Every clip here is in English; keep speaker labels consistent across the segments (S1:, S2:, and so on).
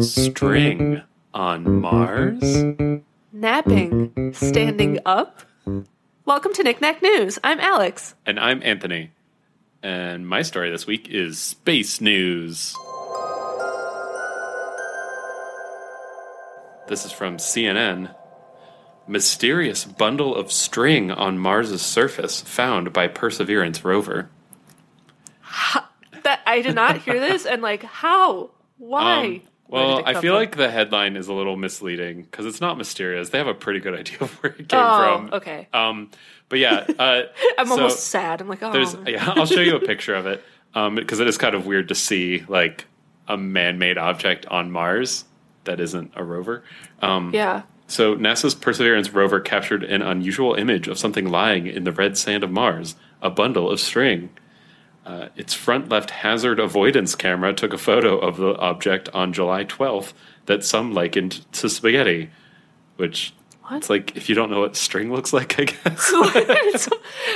S1: String on Mars?
S2: Napping. Standing up. Welcome to Knick Knack News. I'm Alex.
S1: And I'm Anthony. And my story this week is space news. This is from CNN. Mysterious bundle of string on Mars' surface found by Perseverance rover.
S2: That I did not hear this and like how? Why?
S1: Um,
S2: Where did
S1: well,
S2: it
S1: I
S2: come
S1: feel
S2: from?
S1: like the headline is a little misleading because it's not mysterious. They have a pretty good idea of where it came
S2: Oh,
S1: from.
S2: okay.
S1: Um, but yeah, uh,
S2: I'm
S1: so-
S2: almost sad. I'm like, oh,
S1: There's yeah, I'll show you a picture of it um, because it is kind of weird to see like a man-made object on Mars that isn't a rover. Um,
S2: yeah.
S1: So NASA's Perseverance rover captured an unusual image of something lying in the red sand of Mars, a bundle of string. Uh, its front left hazard avoidance camera took a photo of the object on July 12th that some likened to spaghetti, which
S2: What?
S1: it's like if you don't know what string looks like, I guess.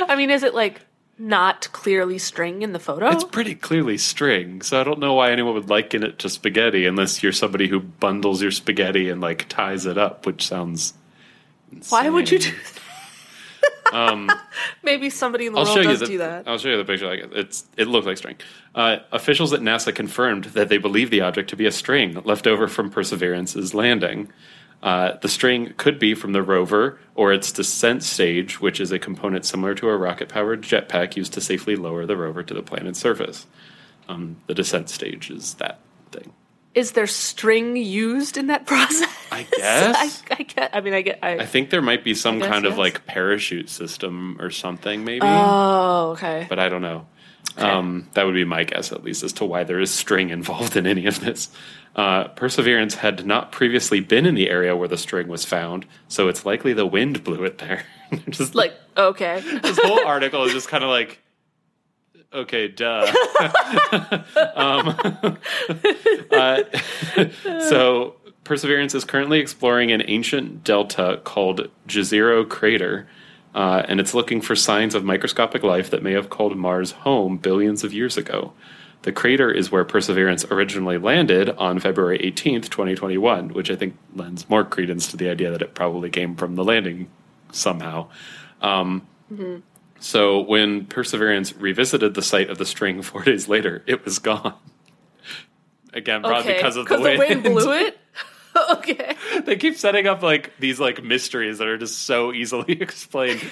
S2: I mean, is it like not clearly string in the photo?
S1: It's pretty clearly string, so I don't know why anyone would liken it to spaghetti unless you're somebody who bundles your spaghetti and like ties it up, which sounds.
S2: Why would you do
S1: insane. Um,
S2: that? Maybe somebody in the
S1: I'll
S2: world
S1: show you
S2: does
S1: the,
S2: do that.
S1: I'll show you the picture. Like it's, it looked like string. Uh, officials at NASA confirmed that they believe the object to be a string left over from Perseverance's landing. Uh, the string could be from the rover or its descent stage, which is a component similar to a rocket-powered jetpack used to safely lower the rover to the planet's surface. Um, the descent stage is that thing.
S2: Is there string used in that process?
S1: I guess.
S2: I, I get. I mean, I get. I,
S1: I think there might be some
S2: guess,
S1: kind of
S2: yes.
S1: like parachute system or something, maybe.
S2: oh, okay.
S1: but I don't know. Um, that would be my guess, at least, as to why there is string involved in any of this. Uh, Perseverance had not previously been in the area where the string was found, so it's likely the wind blew it there. just
S2: like, okay.
S1: this whole article is just kind of like, okay, duh. um, uh, so, Perseverance is currently exploring an ancient delta called Jezero Crater, uh, and it's looking for signs of microscopic life that may have called Mars home billions of years ago. The crater is where Perseverance originally landed on February 18th, 2021, which I think lends more credence to the idea that it probably came from the landing somehow. Um, so when Perseverance revisited the site of the string four days later, it was gone. Again, probably
S2: okay.
S1: because of the
S2: the
S1: wind.
S2: wind blew it. okay.
S1: they keep setting up like these like mysteries that are just so easily explained. so,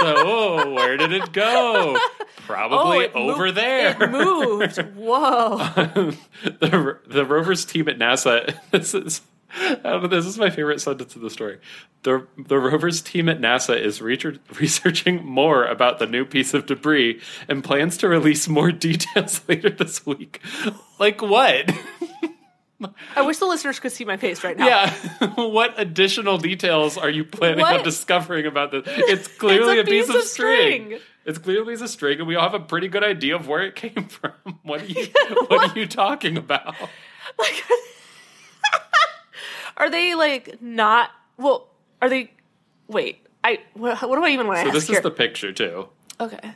S1: oh, where did it go? Probably
S2: Oh, it moved-
S1: over there.
S2: It moved. Whoa.
S1: the, the rover's team at NASA. This is I don't know, this is my favorite sentence of the story. The the rover's team at NASA is reacher- researching more about the new piece of debris and plans to release more details later this week. Like what?
S2: I wish the listeners could see my face right now.
S1: Yeah. what additional details are you planning on
S2: What?
S1: discovering about this? It's clearly
S2: a
S1: a, piece,
S2: piece
S1: of,
S2: of
S1: string.
S2: string.
S1: It's clearly a string, and we all have a pretty good idea of where it came from. What are you, what are you talking about?
S2: Like, are they like not? Well, are they? Wait. I. What, what do I even want to
S1: So
S2: ask
S1: this
S2: here?
S1: is the picture too.
S2: okay.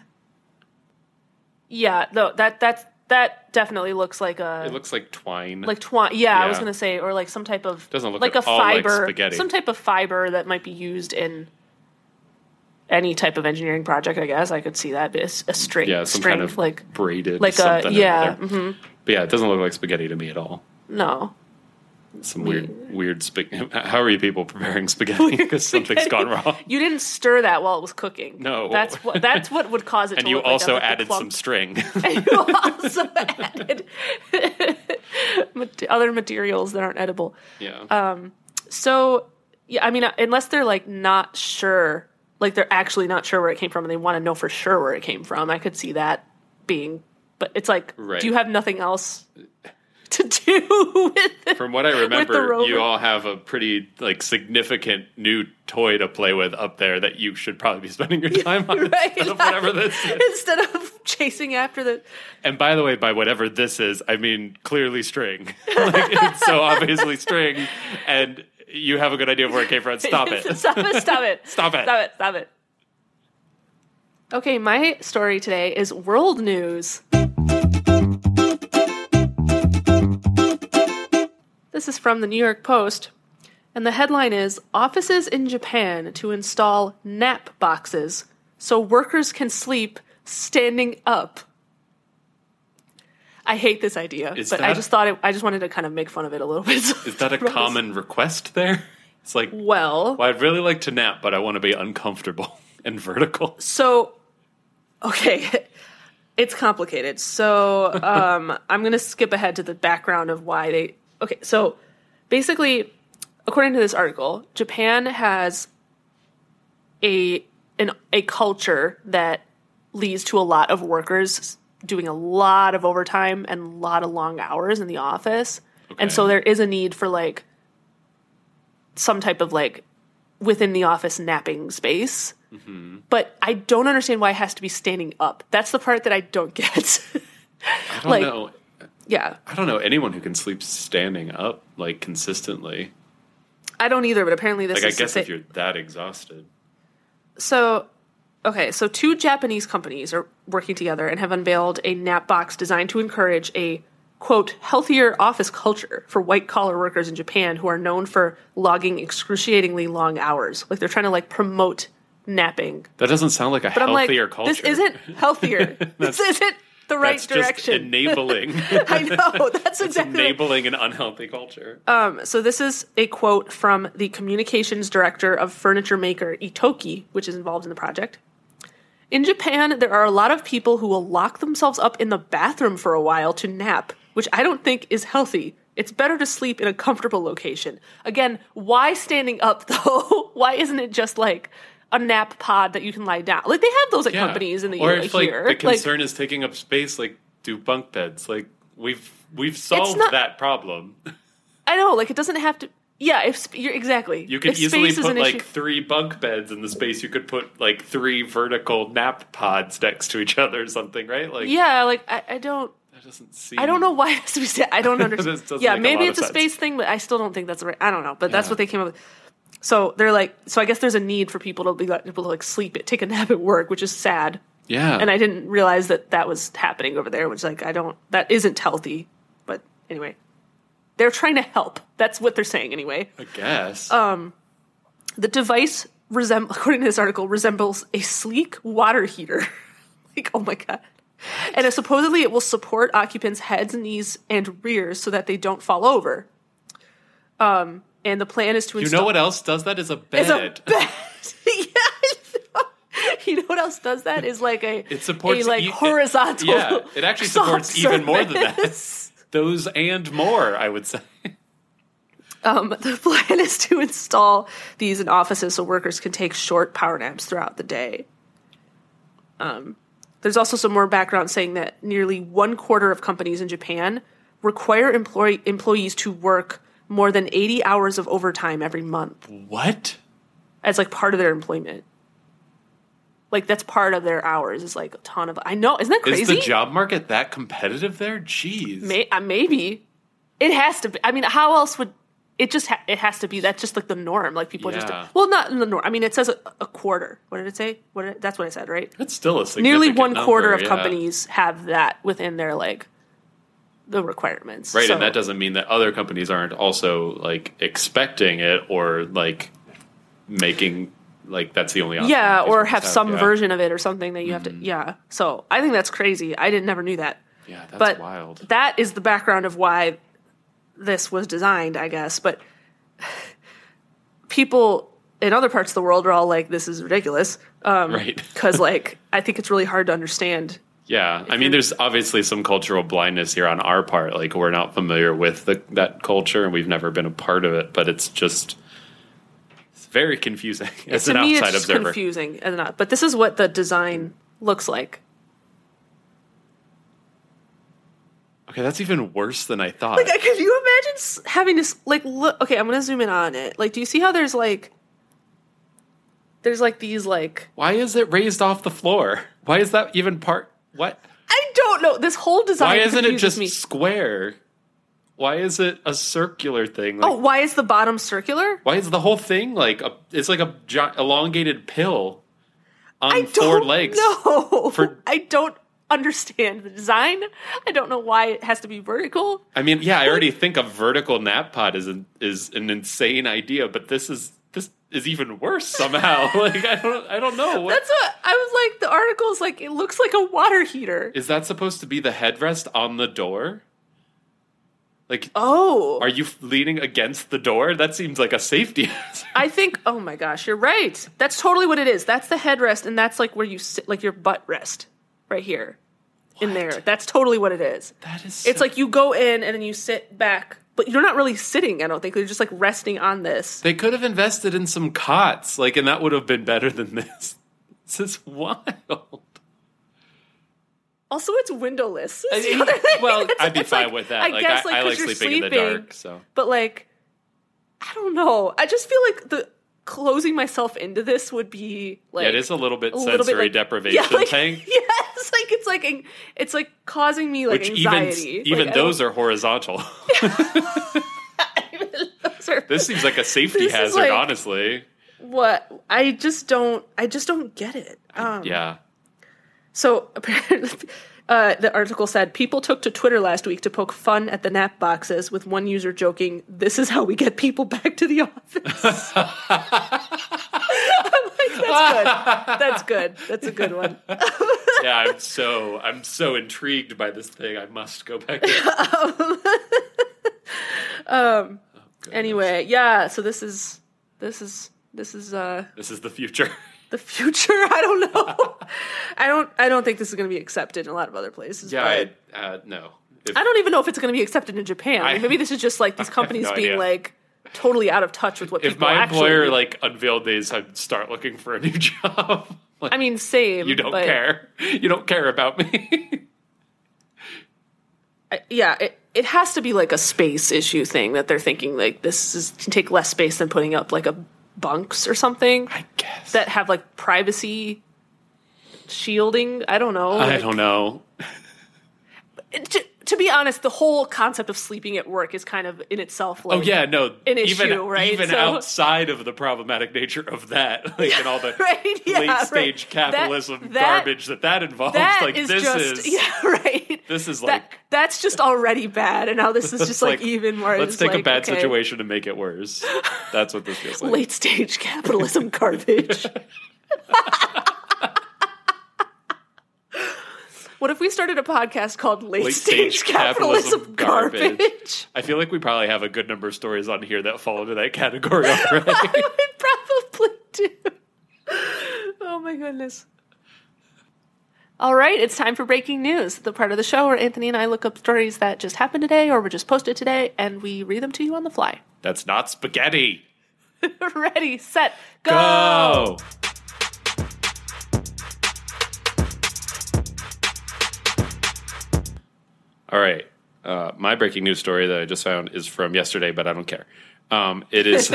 S2: Yeah. No. That. That's. That definitely looks like a.
S1: It looks like twine.
S2: like twine. Yeah, I was
S1: Yeah.
S2: gonna say, or like some type of
S1: Doesn't look
S2: like
S1: at
S2: a
S1: all like
S2: fiber,
S1: spaghetti.
S2: some type of fiber that might be used in any type of engineering project. I guess I could see that but it's a string,
S1: yeah, some
S2: string
S1: kind of
S2: like
S1: braided
S2: like a
S1: something. or
S2: yeah,
S1: other.
S2: mhm,
S1: But yeah, it doesn't look like spaghetti to me at all.
S2: no,
S1: Some weird, weird spaghetti. How are you people preparing spaghetti? Because something's gone wrong.
S2: You didn't stir that while it was cooking.
S1: No.
S2: that's what that's what would cause it.
S1: And
S2: to
S1: you
S2: look like
S1: also
S2: that, like a
S1: added some
S2: clump.
S1: string.
S2: And you also added mate- other materials that aren't edible.
S1: yeah.
S2: Uh, So, yeah, I mean, uh, unless they're like not sure, like they're actually not sure where it came from and they want to know for sure where it came from, I could see that being, but it's like,
S1: Right.
S2: do you have nothing else to do with it?
S1: From what I remember,
S2: rover.
S1: you all have a pretty like significant new toy to play with up there that you should probably be spending your time on
S2: Right?
S1: instead of whatever this is.
S2: Instead of chasing after the.
S1: And by the way, by whatever this is, I mean clearly string. like it's so obviously string, and you have a good idea of where it came from. Stop it.
S2: stop it. Stop it.
S1: Stop it.
S2: Stop it. Stop it. Okay, my story today is world news. This is from the New York Post, and the headline is Offices in Japan to install nap boxes so workers can sleep standing up. I hate this idea,
S1: Is
S2: but I
S1: that-
S2: just thought it, I just wanted to kind of make fun of it a little bit.
S1: Is that a common request there? It's like, well,
S2: Well,
S1: I'd really like to nap, but I want to be uncomfortable and vertical.
S2: So, okay, it's complicated. So, um, I'm going to skip ahead to the background of why they. Okay, so basically, according to this article, Japan has a an a culture that leads to a lot of workers doing a lot of overtime and a lot of long hours in the office. And so
S1: Okay.
S2: there is a need for like some type of like within the office napping space. But I don't understand why it has to be standing up. That's the part that I don't get.
S1: I don't
S2: Like-
S1: know.
S2: yeah.
S1: I don't know anyone who can sleep standing up like consistently.
S2: I don't either, but apparently this
S1: Like, I
S2: is the
S1: guess if
S2: thi-
S1: you're that exhausted,
S2: So, okay, so two Japanese companies are working together and have unveiled a nap box designed to encourage a quote healthier office culture for white collar workers in Japan who are known for logging excruciatingly long hours. Like they're trying to like promote napping.
S1: that doesn't sound like a
S2: But I'm like
S1: healthier culture.
S2: this isn't healthier. this isn't the right
S1: That's just
S2: direction.
S1: enabling,
S2: I know. That's exactly right.
S1: enabling an unhealthy culture.
S2: So this is a quote from the communications director of furniture maker Itoki, which is involved in the project. In Japan, there are a lot of people who will lock themselves up in the bathroom for a while to nap, which I don't think is healthy. It's better to sleep in a comfortable location. Again, why standing up though? why isn't it just like a nap pod that you can lie down? Like they have those at
S1: Yeah.
S2: companies in the
S1: or
S2: like,
S1: if like
S2: here.
S1: the
S2: Like,
S1: concern is taking up space, like do bunk beds. Like we've we've solved
S2: not-
S1: that problem.
S2: I know, like it doesn't have to. Yeah, if sp- you're exactly,
S1: You could
S2: if
S1: easily
S2: space is
S1: put
S2: an
S1: like
S2: issue-
S1: three bunk beds in the space. You could put like three vertical nap pods next to each other or something, right? Like
S2: yeah, like I, I don't.
S1: that doesn't seem.
S2: I don't know why it has to be said. I don't understand.
S1: This doesn't
S2: yeah,
S1: make a
S2: maybe
S1: lot
S2: it's a
S1: of sense.
S2: space thing, but I still don't think that's right. I don't know, but that's
S1: Yeah.
S2: what they came up with. So they're like, so I guess there's a need for people to be like, people to like sleep, it, take a nap at work, which is sad.
S1: Yeah,
S2: And I didn't realize that that was happening over there, which like I don't, that isn't healthy. But anyway, they're trying to help. That's what they're saying anyway.
S1: I guess.
S2: Um, The device resemb- according to this article, resembles a sleek water heater. like, oh my god. And it, supposedly it will support occupants' heads, knees, and rears so that they don't fall over. Um, and the plan is to
S1: you
S2: install
S1: know what else does that is a bed.
S2: It's a bed. yeah, I know. You know what else does that is like a
S1: It supports
S2: a, like
S1: e- it-
S2: horizontal.
S1: yeah, it actually supports
S2: soft
S1: even more than that.
S2: surface.
S1: Those and more, I would say.
S2: Um, the plan is to install these in offices so workers can take short power naps throughout the day. Um, there's also some more background saying that nearly one quarter of companies in Japan require employee employees to work more than 80 hours of overtime every month
S1: What?
S2: as like part of their employment. Like that's part of their hours is like a ton of I know isn't that crazy?
S1: Is the job market that competitive there? Jeez.
S2: May, uh, maybe it has to. be. I mean, how else would it just? Ha- it has to be. That's just like the norm. Like people
S1: Yeah.
S2: just. Well, not in the norm. I mean, it says a, a quarter. What did it say? What did it- that's what I said, right?
S1: That's still a significant
S2: Nearly one
S1: number,
S2: quarter of
S1: yeah.
S2: companies have that within their like the requirements.
S1: Right,
S2: So-
S1: and that doesn't mean that other companies aren't also like expecting it or like making like that's the only option.
S2: Yeah,
S1: is
S2: or
S1: what
S2: have
S1: it's
S2: some
S1: yeah. Mm-hmm.
S2: version of it or something that you have to. Yeah. So I think that's crazy. I didn't never knew that.
S1: Yeah, that's
S2: but
S1: wild.
S2: that is the background of why this was designed, I guess. But people in other parts of the world are all like, "This is ridiculous,"
S1: right.
S2: because like I think it's really hard to understand.
S1: Yeah, I mean, there's obviously some cultural blindness here on our part. Like we're not familiar with the, that culture, and we've never been a part of it. But it's just it's very confusing as
S2: to
S1: an
S2: me, it's
S1: outside
S2: just
S1: observer.
S2: confusing and not. But this is what the design looks like.
S1: Okay, that's even worse than I thought.
S2: Like, could you imagine s- having to s- like look? Okay, I'm gonna zoom in on it. Like, do you see how there's like there's like these like
S1: Why is it raised off the floor? Why is that even part? What?
S2: I don't know. This whole design.
S1: Why isn't it
S2: confuses
S1: just
S2: me.
S1: square? Why is it a circular thing? Like,
S2: Oh, why is the bottom circular?
S1: Why is the whole thing like a? It's like a gi- elongated pill. on
S2: I
S1: four
S2: don't
S1: legs.
S2: know.
S1: For-
S2: I don't understand the design. I don't know why it has to be vertical.
S1: I mean, yeah, I already think a vertical nap pod is an, is an insane idea, but this is this is even worse somehow. like I don't I don't know. What,
S2: That's what I was like. The article's like it looks like a water heater.
S1: is that supposed to be the headrest on the door? Like
S2: Oh,
S1: are you f- leaning against the door? That seems like a safety hazard.
S2: I think. Oh my gosh, you're right. That's totally what it is. That's the headrest, and that's like where you sit, like your butt rest, right here, in there. That's totally what it is.
S1: That is so-
S2: It's like you go in and then you sit back, but you're not really sitting. I don't think you're just like resting on this.
S1: they could have invested in some cots, like and that would have been better than this. This is wild.
S2: Also, it's windowless.
S1: I-
S2: It's the other thing.
S1: Uh, well,
S2: It's-
S1: I'd be
S2: it's
S1: fine
S2: like-
S1: with that. Like, I, I
S2: 'cause
S1: like
S2: you're
S1: sleeping, in the dark, so
S2: But like, I don't know. I just feel like the closing myself into this would be like
S1: yeah, it is a little bit
S2: a
S1: sensory
S2: little bit, like-
S1: deprivation
S2: yeah, like,
S1: thing.
S2: Yes, like it's like an- it's like causing me like
S1: Which
S2: anxiety.
S1: even even those are horizontal.
S2: those are
S1: this seems like a safety
S2: This is
S1: hazard,
S2: like-
S1: honestly.
S2: what I just don't. I just don't get it. Um,
S1: Yeah,
S2: So apparently, uh, the article said people took to Twitter last week to poke fun at the nap boxes, with one user joking, "This is how we get people back to the office." I'm like, that's good. That's good. That's a good one.
S1: yeah. I'm so I'm so intrigued by this thing. I must go back. um.
S2: Anyway, yeah. So this is this is this is uh
S1: this is the future.
S2: the future. I don't know. I don't. I don't think this is going to be accepted in a lot of other places.
S1: Yeah,
S2: but-
S1: I, uh, no. If-
S2: I don't even know if it's going to be accepted in Japan.
S1: I-
S2: Maybe this is just like these companies
S1: no
S2: being
S1: idea.
S2: like totally out of touch with what
S1: if
S2: people
S1: my
S2: actually.
S1: employer
S2: do.
S1: like unveiled these, I'd start looking for a new job. like,
S2: I mean, same.
S1: you don't
S2: but
S1: care. You don't care about me.
S2: I- yeah, it, it has to be like a space issue thing that they're thinking like this is can take less space than putting up like a bunks or something
S1: I guess.
S2: that have like privacy shielding. I don't know.
S1: I
S2: Like,
S1: don't know.
S2: To, to be honest, the whole concept of sleeping at work is kind of in itself like
S1: Oh yeah, no.
S2: an
S1: even
S2: issue, right?
S1: even
S2: So-
S1: outside of the problematic nature of that, like and all the
S2: right? Yeah,
S1: late
S2: right.
S1: stage capitalism
S2: That- that-
S1: garbage that that involves,
S2: That
S1: like
S2: is
S1: this
S2: just
S1: is
S2: yeah, right.
S1: this is
S2: that,
S1: like
S2: that's just already bad, and now this is just like, even more.
S1: Let's
S2: it's
S1: take a
S2: like,
S1: bad
S2: okay,
S1: situation and make it worse. That's what this feels like.
S2: Late stage capitalism garbage. what if we started a podcast called Late,
S1: Late
S2: stage,
S1: Stage
S2: Capitalism,
S1: Capitalism
S2: Garbage?
S1: I feel like we probably have a good number of stories on here that fall into that category already.
S2: I would probably do. Oh my goodness. All right, it's time for breaking news, the part of the show where Anthony and I look up stories that just happened today or were just posted today, and we read them to you on the fly.
S1: That's not spaghetti.
S2: Ready, set, go!
S1: Go. All right. Uh, my breaking news story that I just found is from yesterday, but I don't care. Um, it is.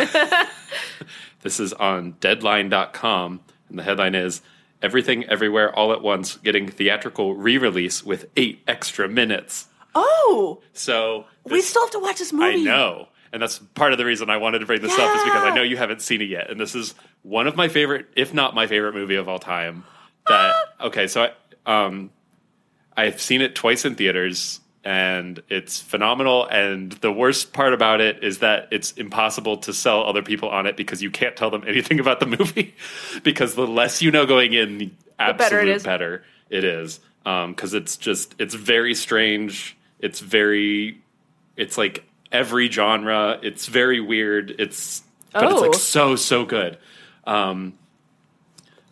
S1: this is on deadline.com, and the headline is Everything Everywhere All at Once Getting Theatrical Re Release with Eight Extra Minutes.
S2: Oh,
S1: So.
S2: we
S1: this-
S2: still have to watch this movie.
S1: I know. And that's part of the reason I wanted to bring this up is because I
S2: Yeah.
S1: know you haven't seen it yet. And this is one of my favorite, if not my favorite movie of all time. That okay, so I um I've seen it twice in theaters and it's phenomenal and the worst part about it is that it's impossible to sell other people on it because you can't tell them anything about the movie because the less you know going in the
S2: better it
S1: absolute
S2: is.
S1: better it is because it's just it's very strange it's very it's like every genre it's very weird it's but it's
S2: Oh.
S1: like so so good um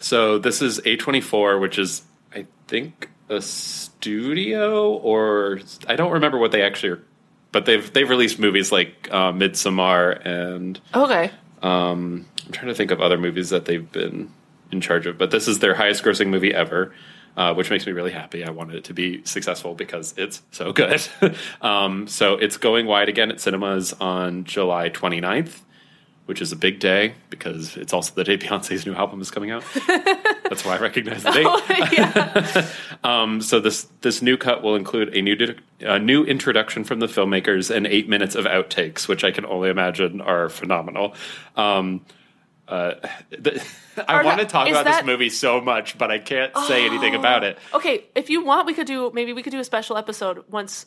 S1: so this is a24 which is i think a studio or i don't remember what they actually are but they've they've released movies like uh, midsommar and
S2: Okay.
S1: um, I'm trying to think of other movies that they've been in charge of, but this is their highest grossing movie ever, uh, which makes me really happy. I wanted it to be successful because it's so good. um, so it's going wide again at cinemas on July 29th, which is a big day because it's also the day Beyonce's new album is coming out. That's why I recognize the date.
S2: Oh, yeah.
S1: Um, so this this new cut will include a new di- a new introduction from the filmmakers and eight minutes of outtakes, which I can only imagine are phenomenal. Um, Uh, the, I
S2: Are
S1: want to
S2: that-
S1: talk
S2: is
S1: about
S2: that-
S1: this movie so much, but I can't say anything about it.
S2: Okay, if you want, we could do maybe we could do a special episode once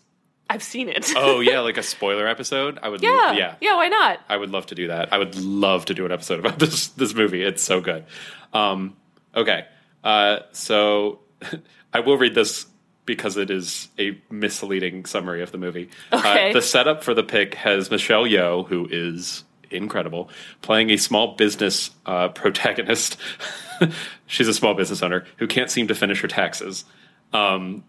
S2: I've seen it.
S1: Oh yeah, like a spoiler episode. I would.
S2: yeah,
S1: Lo- yeah.
S2: Why not?
S1: I would love to do that. I would love to do an episode about this this movie. It's so good. Um, okay, uh, so I will read this because it is a misleading summary of the movie.
S2: Okay.
S1: Uh, the setup for the pick has Michelle Yeoh, who is incredible, playing a small business uh, protagonist. She's a small business owner who can't seem to finish her taxes. Um,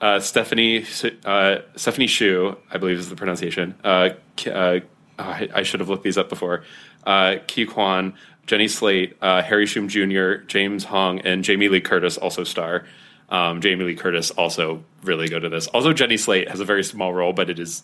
S1: uh, Stephanie uh, Stephanie Shu, I believe is the pronunciation. Uh, K- uh, I, I should have looked these up before. Uh, Ki Kwan, Jenny Slate, uh, Harry Shum Jr., James Hong, and Jamie Lee Curtis also star. Um, Jamie Lee Curtis also really good at this. Also, Jenny Slate has a very small role, but it is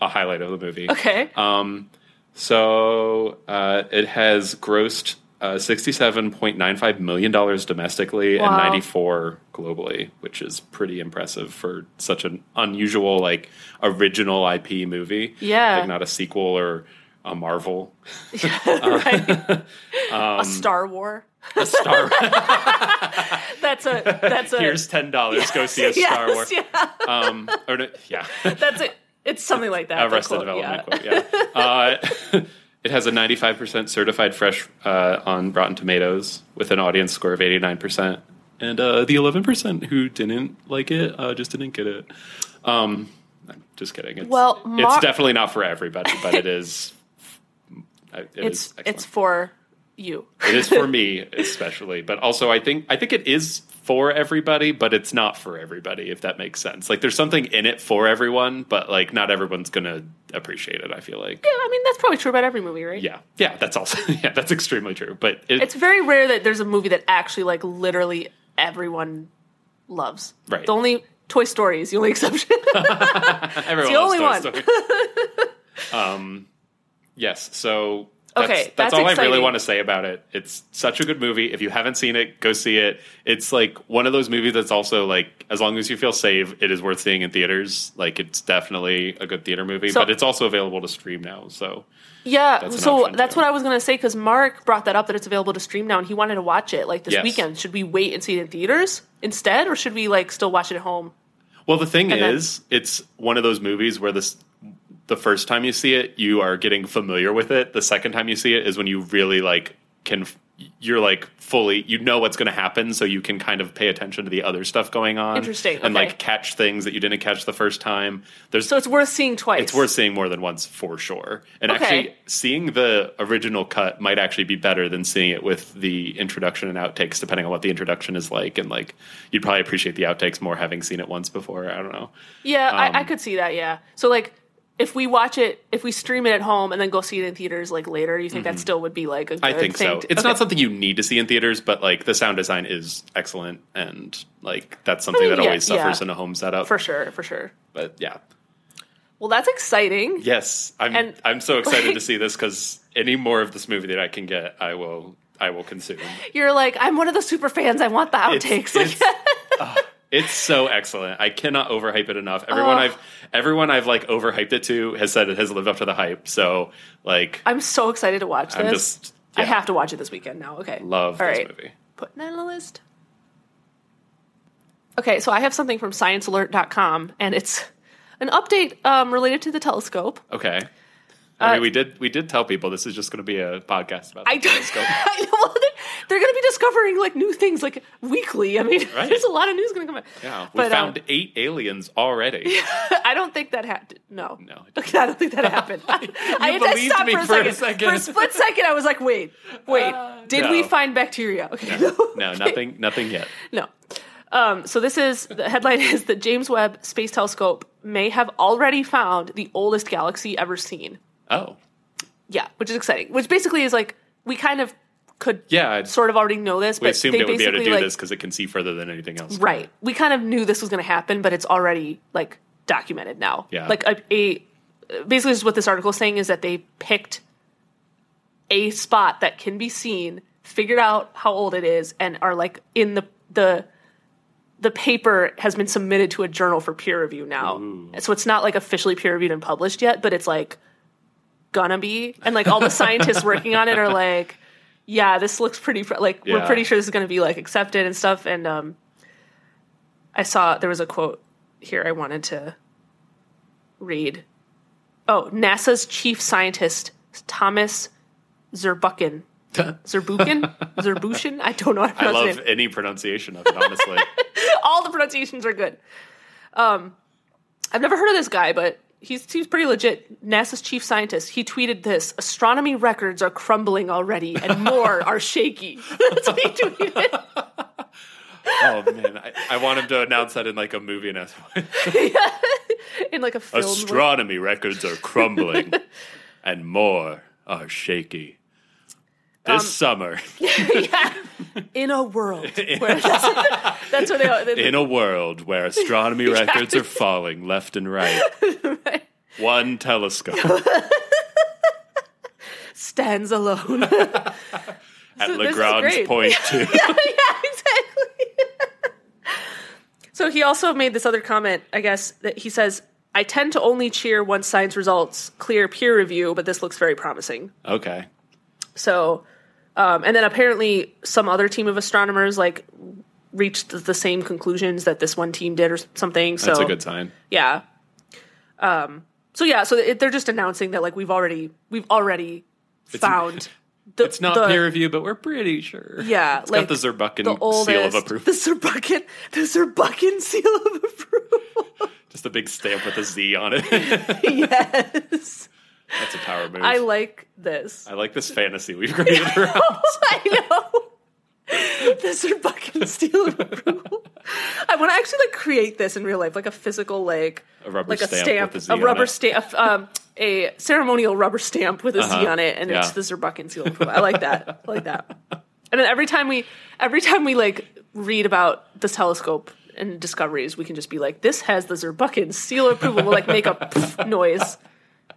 S1: a highlight of the movie.
S2: Okay.
S1: Um, so uh, it has grossed uh, sixty-seven point nine five million dollars domestically and
S2: Wow.
S1: ninety-four globally, which is pretty impressive for such an unusual, like original IP movie.
S2: Yeah.
S1: like not a sequel or a Marvel,
S2: Right. a
S1: Um,
S2: Star War.
S1: a Star.
S2: That's a that's a
S1: Here's ten dollars. Go see a Star Wars.
S2: Yeah,
S1: Um, or no, yeah.
S2: that's it. It's something like that. the
S1: Arrested
S2: quote,
S1: Development
S2: yeah.
S1: quote. Yeah, uh, it has a 95% certified fresh uh, on Rotten Tomatoes with an audience score of 89%, and uh, the 11% who didn't like it uh, just didn't get it. Um, I'm just kidding. It's,
S2: Well, Mar-
S1: it's definitely not for everybody, but it is. It
S2: It's
S1: it's
S2: it's for you.
S1: it is for me especially, but also I think I think it is for everybody, but it's not for everybody if that makes sense. Like there's something in it for everyone, but like not everyone's gonna appreciate it. I feel like
S2: Yeah, I mean that's probably true about every movie, right?
S1: yeah, yeah, that's also yeah, that's extremely true. But it,
S2: It's very rare that there's a movie that actually like literally everyone loves.
S1: Right.
S2: The only Toy Story is the only exception.
S1: everyone
S2: the
S1: loves
S2: only one.
S1: Toy Story. um, yes. So that's,
S2: Okay,
S1: that's,
S2: that's
S1: all I really
S2: exciting.
S1: want to say about it. It's such a good movie. If you haven't seen it, go see it. It's like one of those movies that's also like as long as you feel safe, it is worth seeing in theaters. Like it's definitely a good theater movie,
S2: So-
S1: but it's also available to stream now. So
S2: yeah.
S1: That's an
S2: so
S1: option,
S2: that's
S1: too.
S2: what I was gonna say because Mark brought that up that it's available to stream now, and he wanted to watch it like this
S1: Yes.
S2: weekend. Should we wait and see it in theaters instead, or should we like still watch it at home?
S1: Well, the thing
S2: And then-
S1: is, it's one of those movies where this the first time you see it, you are getting familiar with it. The second time you see it is when you really like can you're like fully you know what's going to happen so you can kind of pay attention to the other stuff going on
S2: Interesting,
S1: and
S2: okay.
S1: like catch things that you didn't catch the first time there's
S2: So it's worth seeing twice.
S1: it's worth seeing more than once for sure and
S2: Okay.
S1: actually seeing the original cut might actually be better than seeing it with the introduction and outtakes depending on what the introduction is like and like you'd probably appreciate the outtakes more having seen it once before i don't know
S2: Yeah, I, I
S1: Um,
S2: could see that. Yeah. So like, if we watch it, if we stream it at home and then go see it in theaters like later, you think that still would be like a good
S1: Mm-hmm. I think
S2: thing?
S1: so.
S2: to-
S1: It's
S2: okay.
S1: not something you need to see in theaters, but like the sound design is excellent, and like that's something
S2: mean,
S1: that
S2: yeah,
S1: always suffers
S2: yeah.
S1: in a home setup.
S2: for sure, for sure.
S1: But yeah,
S2: Well, that's exciting.
S1: yes, I'm
S2: And-
S1: I'm so excited to
S2: like-
S1: see this because any more of this movie that I can get, I will I will consume.
S2: You're like, I'm one of the super fans. I want the outtakes. Like,
S1: it's, ugh, it's so excellent. I cannot overhype it enough. Everyone
S2: Ugh.
S1: I've everyone I've like overhyped it to has said it has lived up to the hype. So like
S2: I'm so excited to watch this.
S1: I'm just
S2: I
S1: yeah,
S2: have to watch it this weekend now. Okay.
S1: love
S2: All
S1: this
S2: right.
S1: movie.
S2: Putting that on a list. Okay, so I have something from sciencealert.com, and it's an update um, related to the telescope.
S1: Okay. I
S2: Uh,
S1: mean, we did we did tell people this is just going to be a podcast about the
S2: I don't.
S1: telescope.
S2: I know, well, they're, going to be discovering like new things like weekly. I mean,
S1: Right.
S2: there's a lot of news going to come out.
S1: Yeah, we
S2: but
S1: found
S2: um,
S1: eight aliens already.
S2: I don't think that happened. No,
S1: No, it
S2: I don't think that happened. I had to
S1: believed
S2: stop
S1: me
S2: for, a, second. For a split second, I was like, "Wait, wait,
S1: Uh,
S2: did
S1: no.
S2: we find bacteria?" Okay,
S1: no,
S2: Okay.
S1: nothing, nothing yet.
S2: No. Um, so this is the headline is the James Webb Space Telescope may have already found the oldest galaxy ever seen.
S1: Oh,
S2: Yeah, which is exciting. Which basically is like we kind of could
S1: yeah. I
S2: sort of already know this,
S1: we
S2: but
S1: assumed
S2: they
S1: it would be able
S2: basically
S1: to do
S2: like
S1: this because it can see further than anything else.
S2: right. We kind of knew this was going to happen, but it's already like documented now.
S1: Yeah.
S2: like a, a basically just what this article is saying is that they picked a spot that can be seen, figured out how old it is, and are like in the the the paper has been submitted to a journal for peer review now. So it's not like officially peer reviewed and published yet, but it's like gonna be. And like all the scientists working on it are like, yeah, this looks pretty pr- like we're
S1: Yeah.
S2: pretty sure this is going to be like accepted and stuff. And um, I saw there was a quote here I wanted to read. Oh, NASA's chief scientist Thomas Zurbuchen. Zurbuchen? Zerbushin? I don't know how to
S1: I
S2: pronounce his
S1: love
S2: name.
S1: any pronunciation of it, honestly.
S2: All the pronunciations are good. Um, I've never heard of this guy, but he's he's pretty legit. NASA's chief scientist. He tweeted this: "Astronomy records are crumbling already, and more are shaky." That's what he tweeted.
S1: oh man, I, I want him to announce that in like a movie. And
S2: in like a film. with-
S1: astronomy records are crumbling, and more are shaky. This
S2: Um,
S1: summer,
S2: yeah, in a world. Where that's, that's what they are.
S1: in a world where astronomy records are falling left and right, one telescope
S2: stands alone.
S1: at
S2: is
S1: Lagrange
S2: great.
S1: Point Two.
S2: yeah, exactly. so he also made this other comment, I guess, that he says, I tend to only cheer once science results clear peer review, but this looks very promising.
S1: Okay,
S2: So, um, and then apparently some other team of astronomers like reached the same conclusions that this one team did or s- something. So
S1: that's a good sign.
S2: yeah. Um, so yeah, so it, they're just announcing that like we've already we've already found the,
S1: It's not
S2: the,
S1: peer review, but we're pretty sure.
S2: Yeah,
S1: it's
S2: like
S1: got the Zurbuchen
S2: the oldest,
S1: seal of approval.
S2: The Zurbuchen, the Zurbuchen seal of approval.
S1: Just a big stamp with a Z on it.
S2: yes,
S1: that's a power move.
S2: I
S1: I,
S2: like this.
S1: like this fantasy we've created around.
S2: Oh, I know the Zurbuchen seal of approval. I want to actually like create this in real life, like a physical like
S1: A rubber
S2: like a
S1: stamp
S2: stamp,
S1: with a Z
S2: a
S1: on
S2: rubber
S1: it.
S2: stamp, um, a ceremonial rubber stamp with a Z
S1: Uh-huh.
S2: on it, and it's
S1: Yeah.
S2: the Zurbuchen seal. of approval. I like that. I like that. And then every time we, every time we like read about this telescope and discoveries, we can just be like, "This has the Zurbuchen seal of approval." We'll like make a pff noise,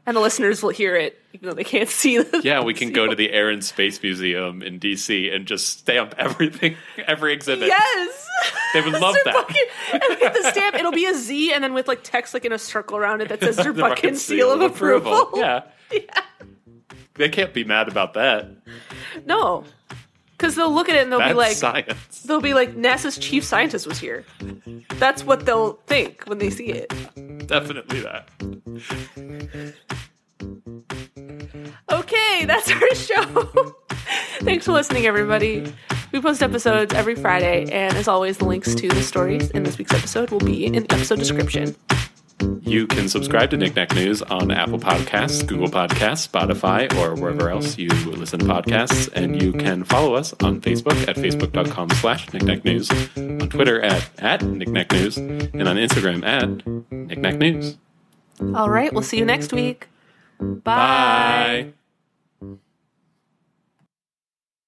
S2: and the listeners will hear it, even though they can't see. The
S1: Yeah, we can
S2: seal.
S1: go to the Air and Space Museum in DC and just stamp everything, every exhibit.
S2: Yes,
S1: They would love that.
S2: Zurbuchen- And we get the stamp. It'll be a Z, and then with like text like in a circle around it that says
S1: The Buchan
S2: Zurbuchen seal of approval.
S1: Yeah. They can't be mad about that.
S2: No. Because they'll look at it and they'll
S1: That's
S2: be like,
S1: science.
S2: they'll be like, NASA's chief scientist was here. That's what they'll think when they see it.
S1: Definitely that.
S2: Okay, that's our show. Thanks for listening, everybody. We post episodes every Friday, and as always, the links to the stories in this week's episode will be in the episode description.
S1: You can subscribe to Knickknack News on Apple Podcasts, Google Podcasts, Spotify, or wherever else you listen to podcasts. And you can follow us on Facebook at facebook.com slash knickknack news, on Twitter at, at knickknack news, and on Instagram at knickknack news.
S2: All right, we'll see you next week. Bye.
S1: Bye.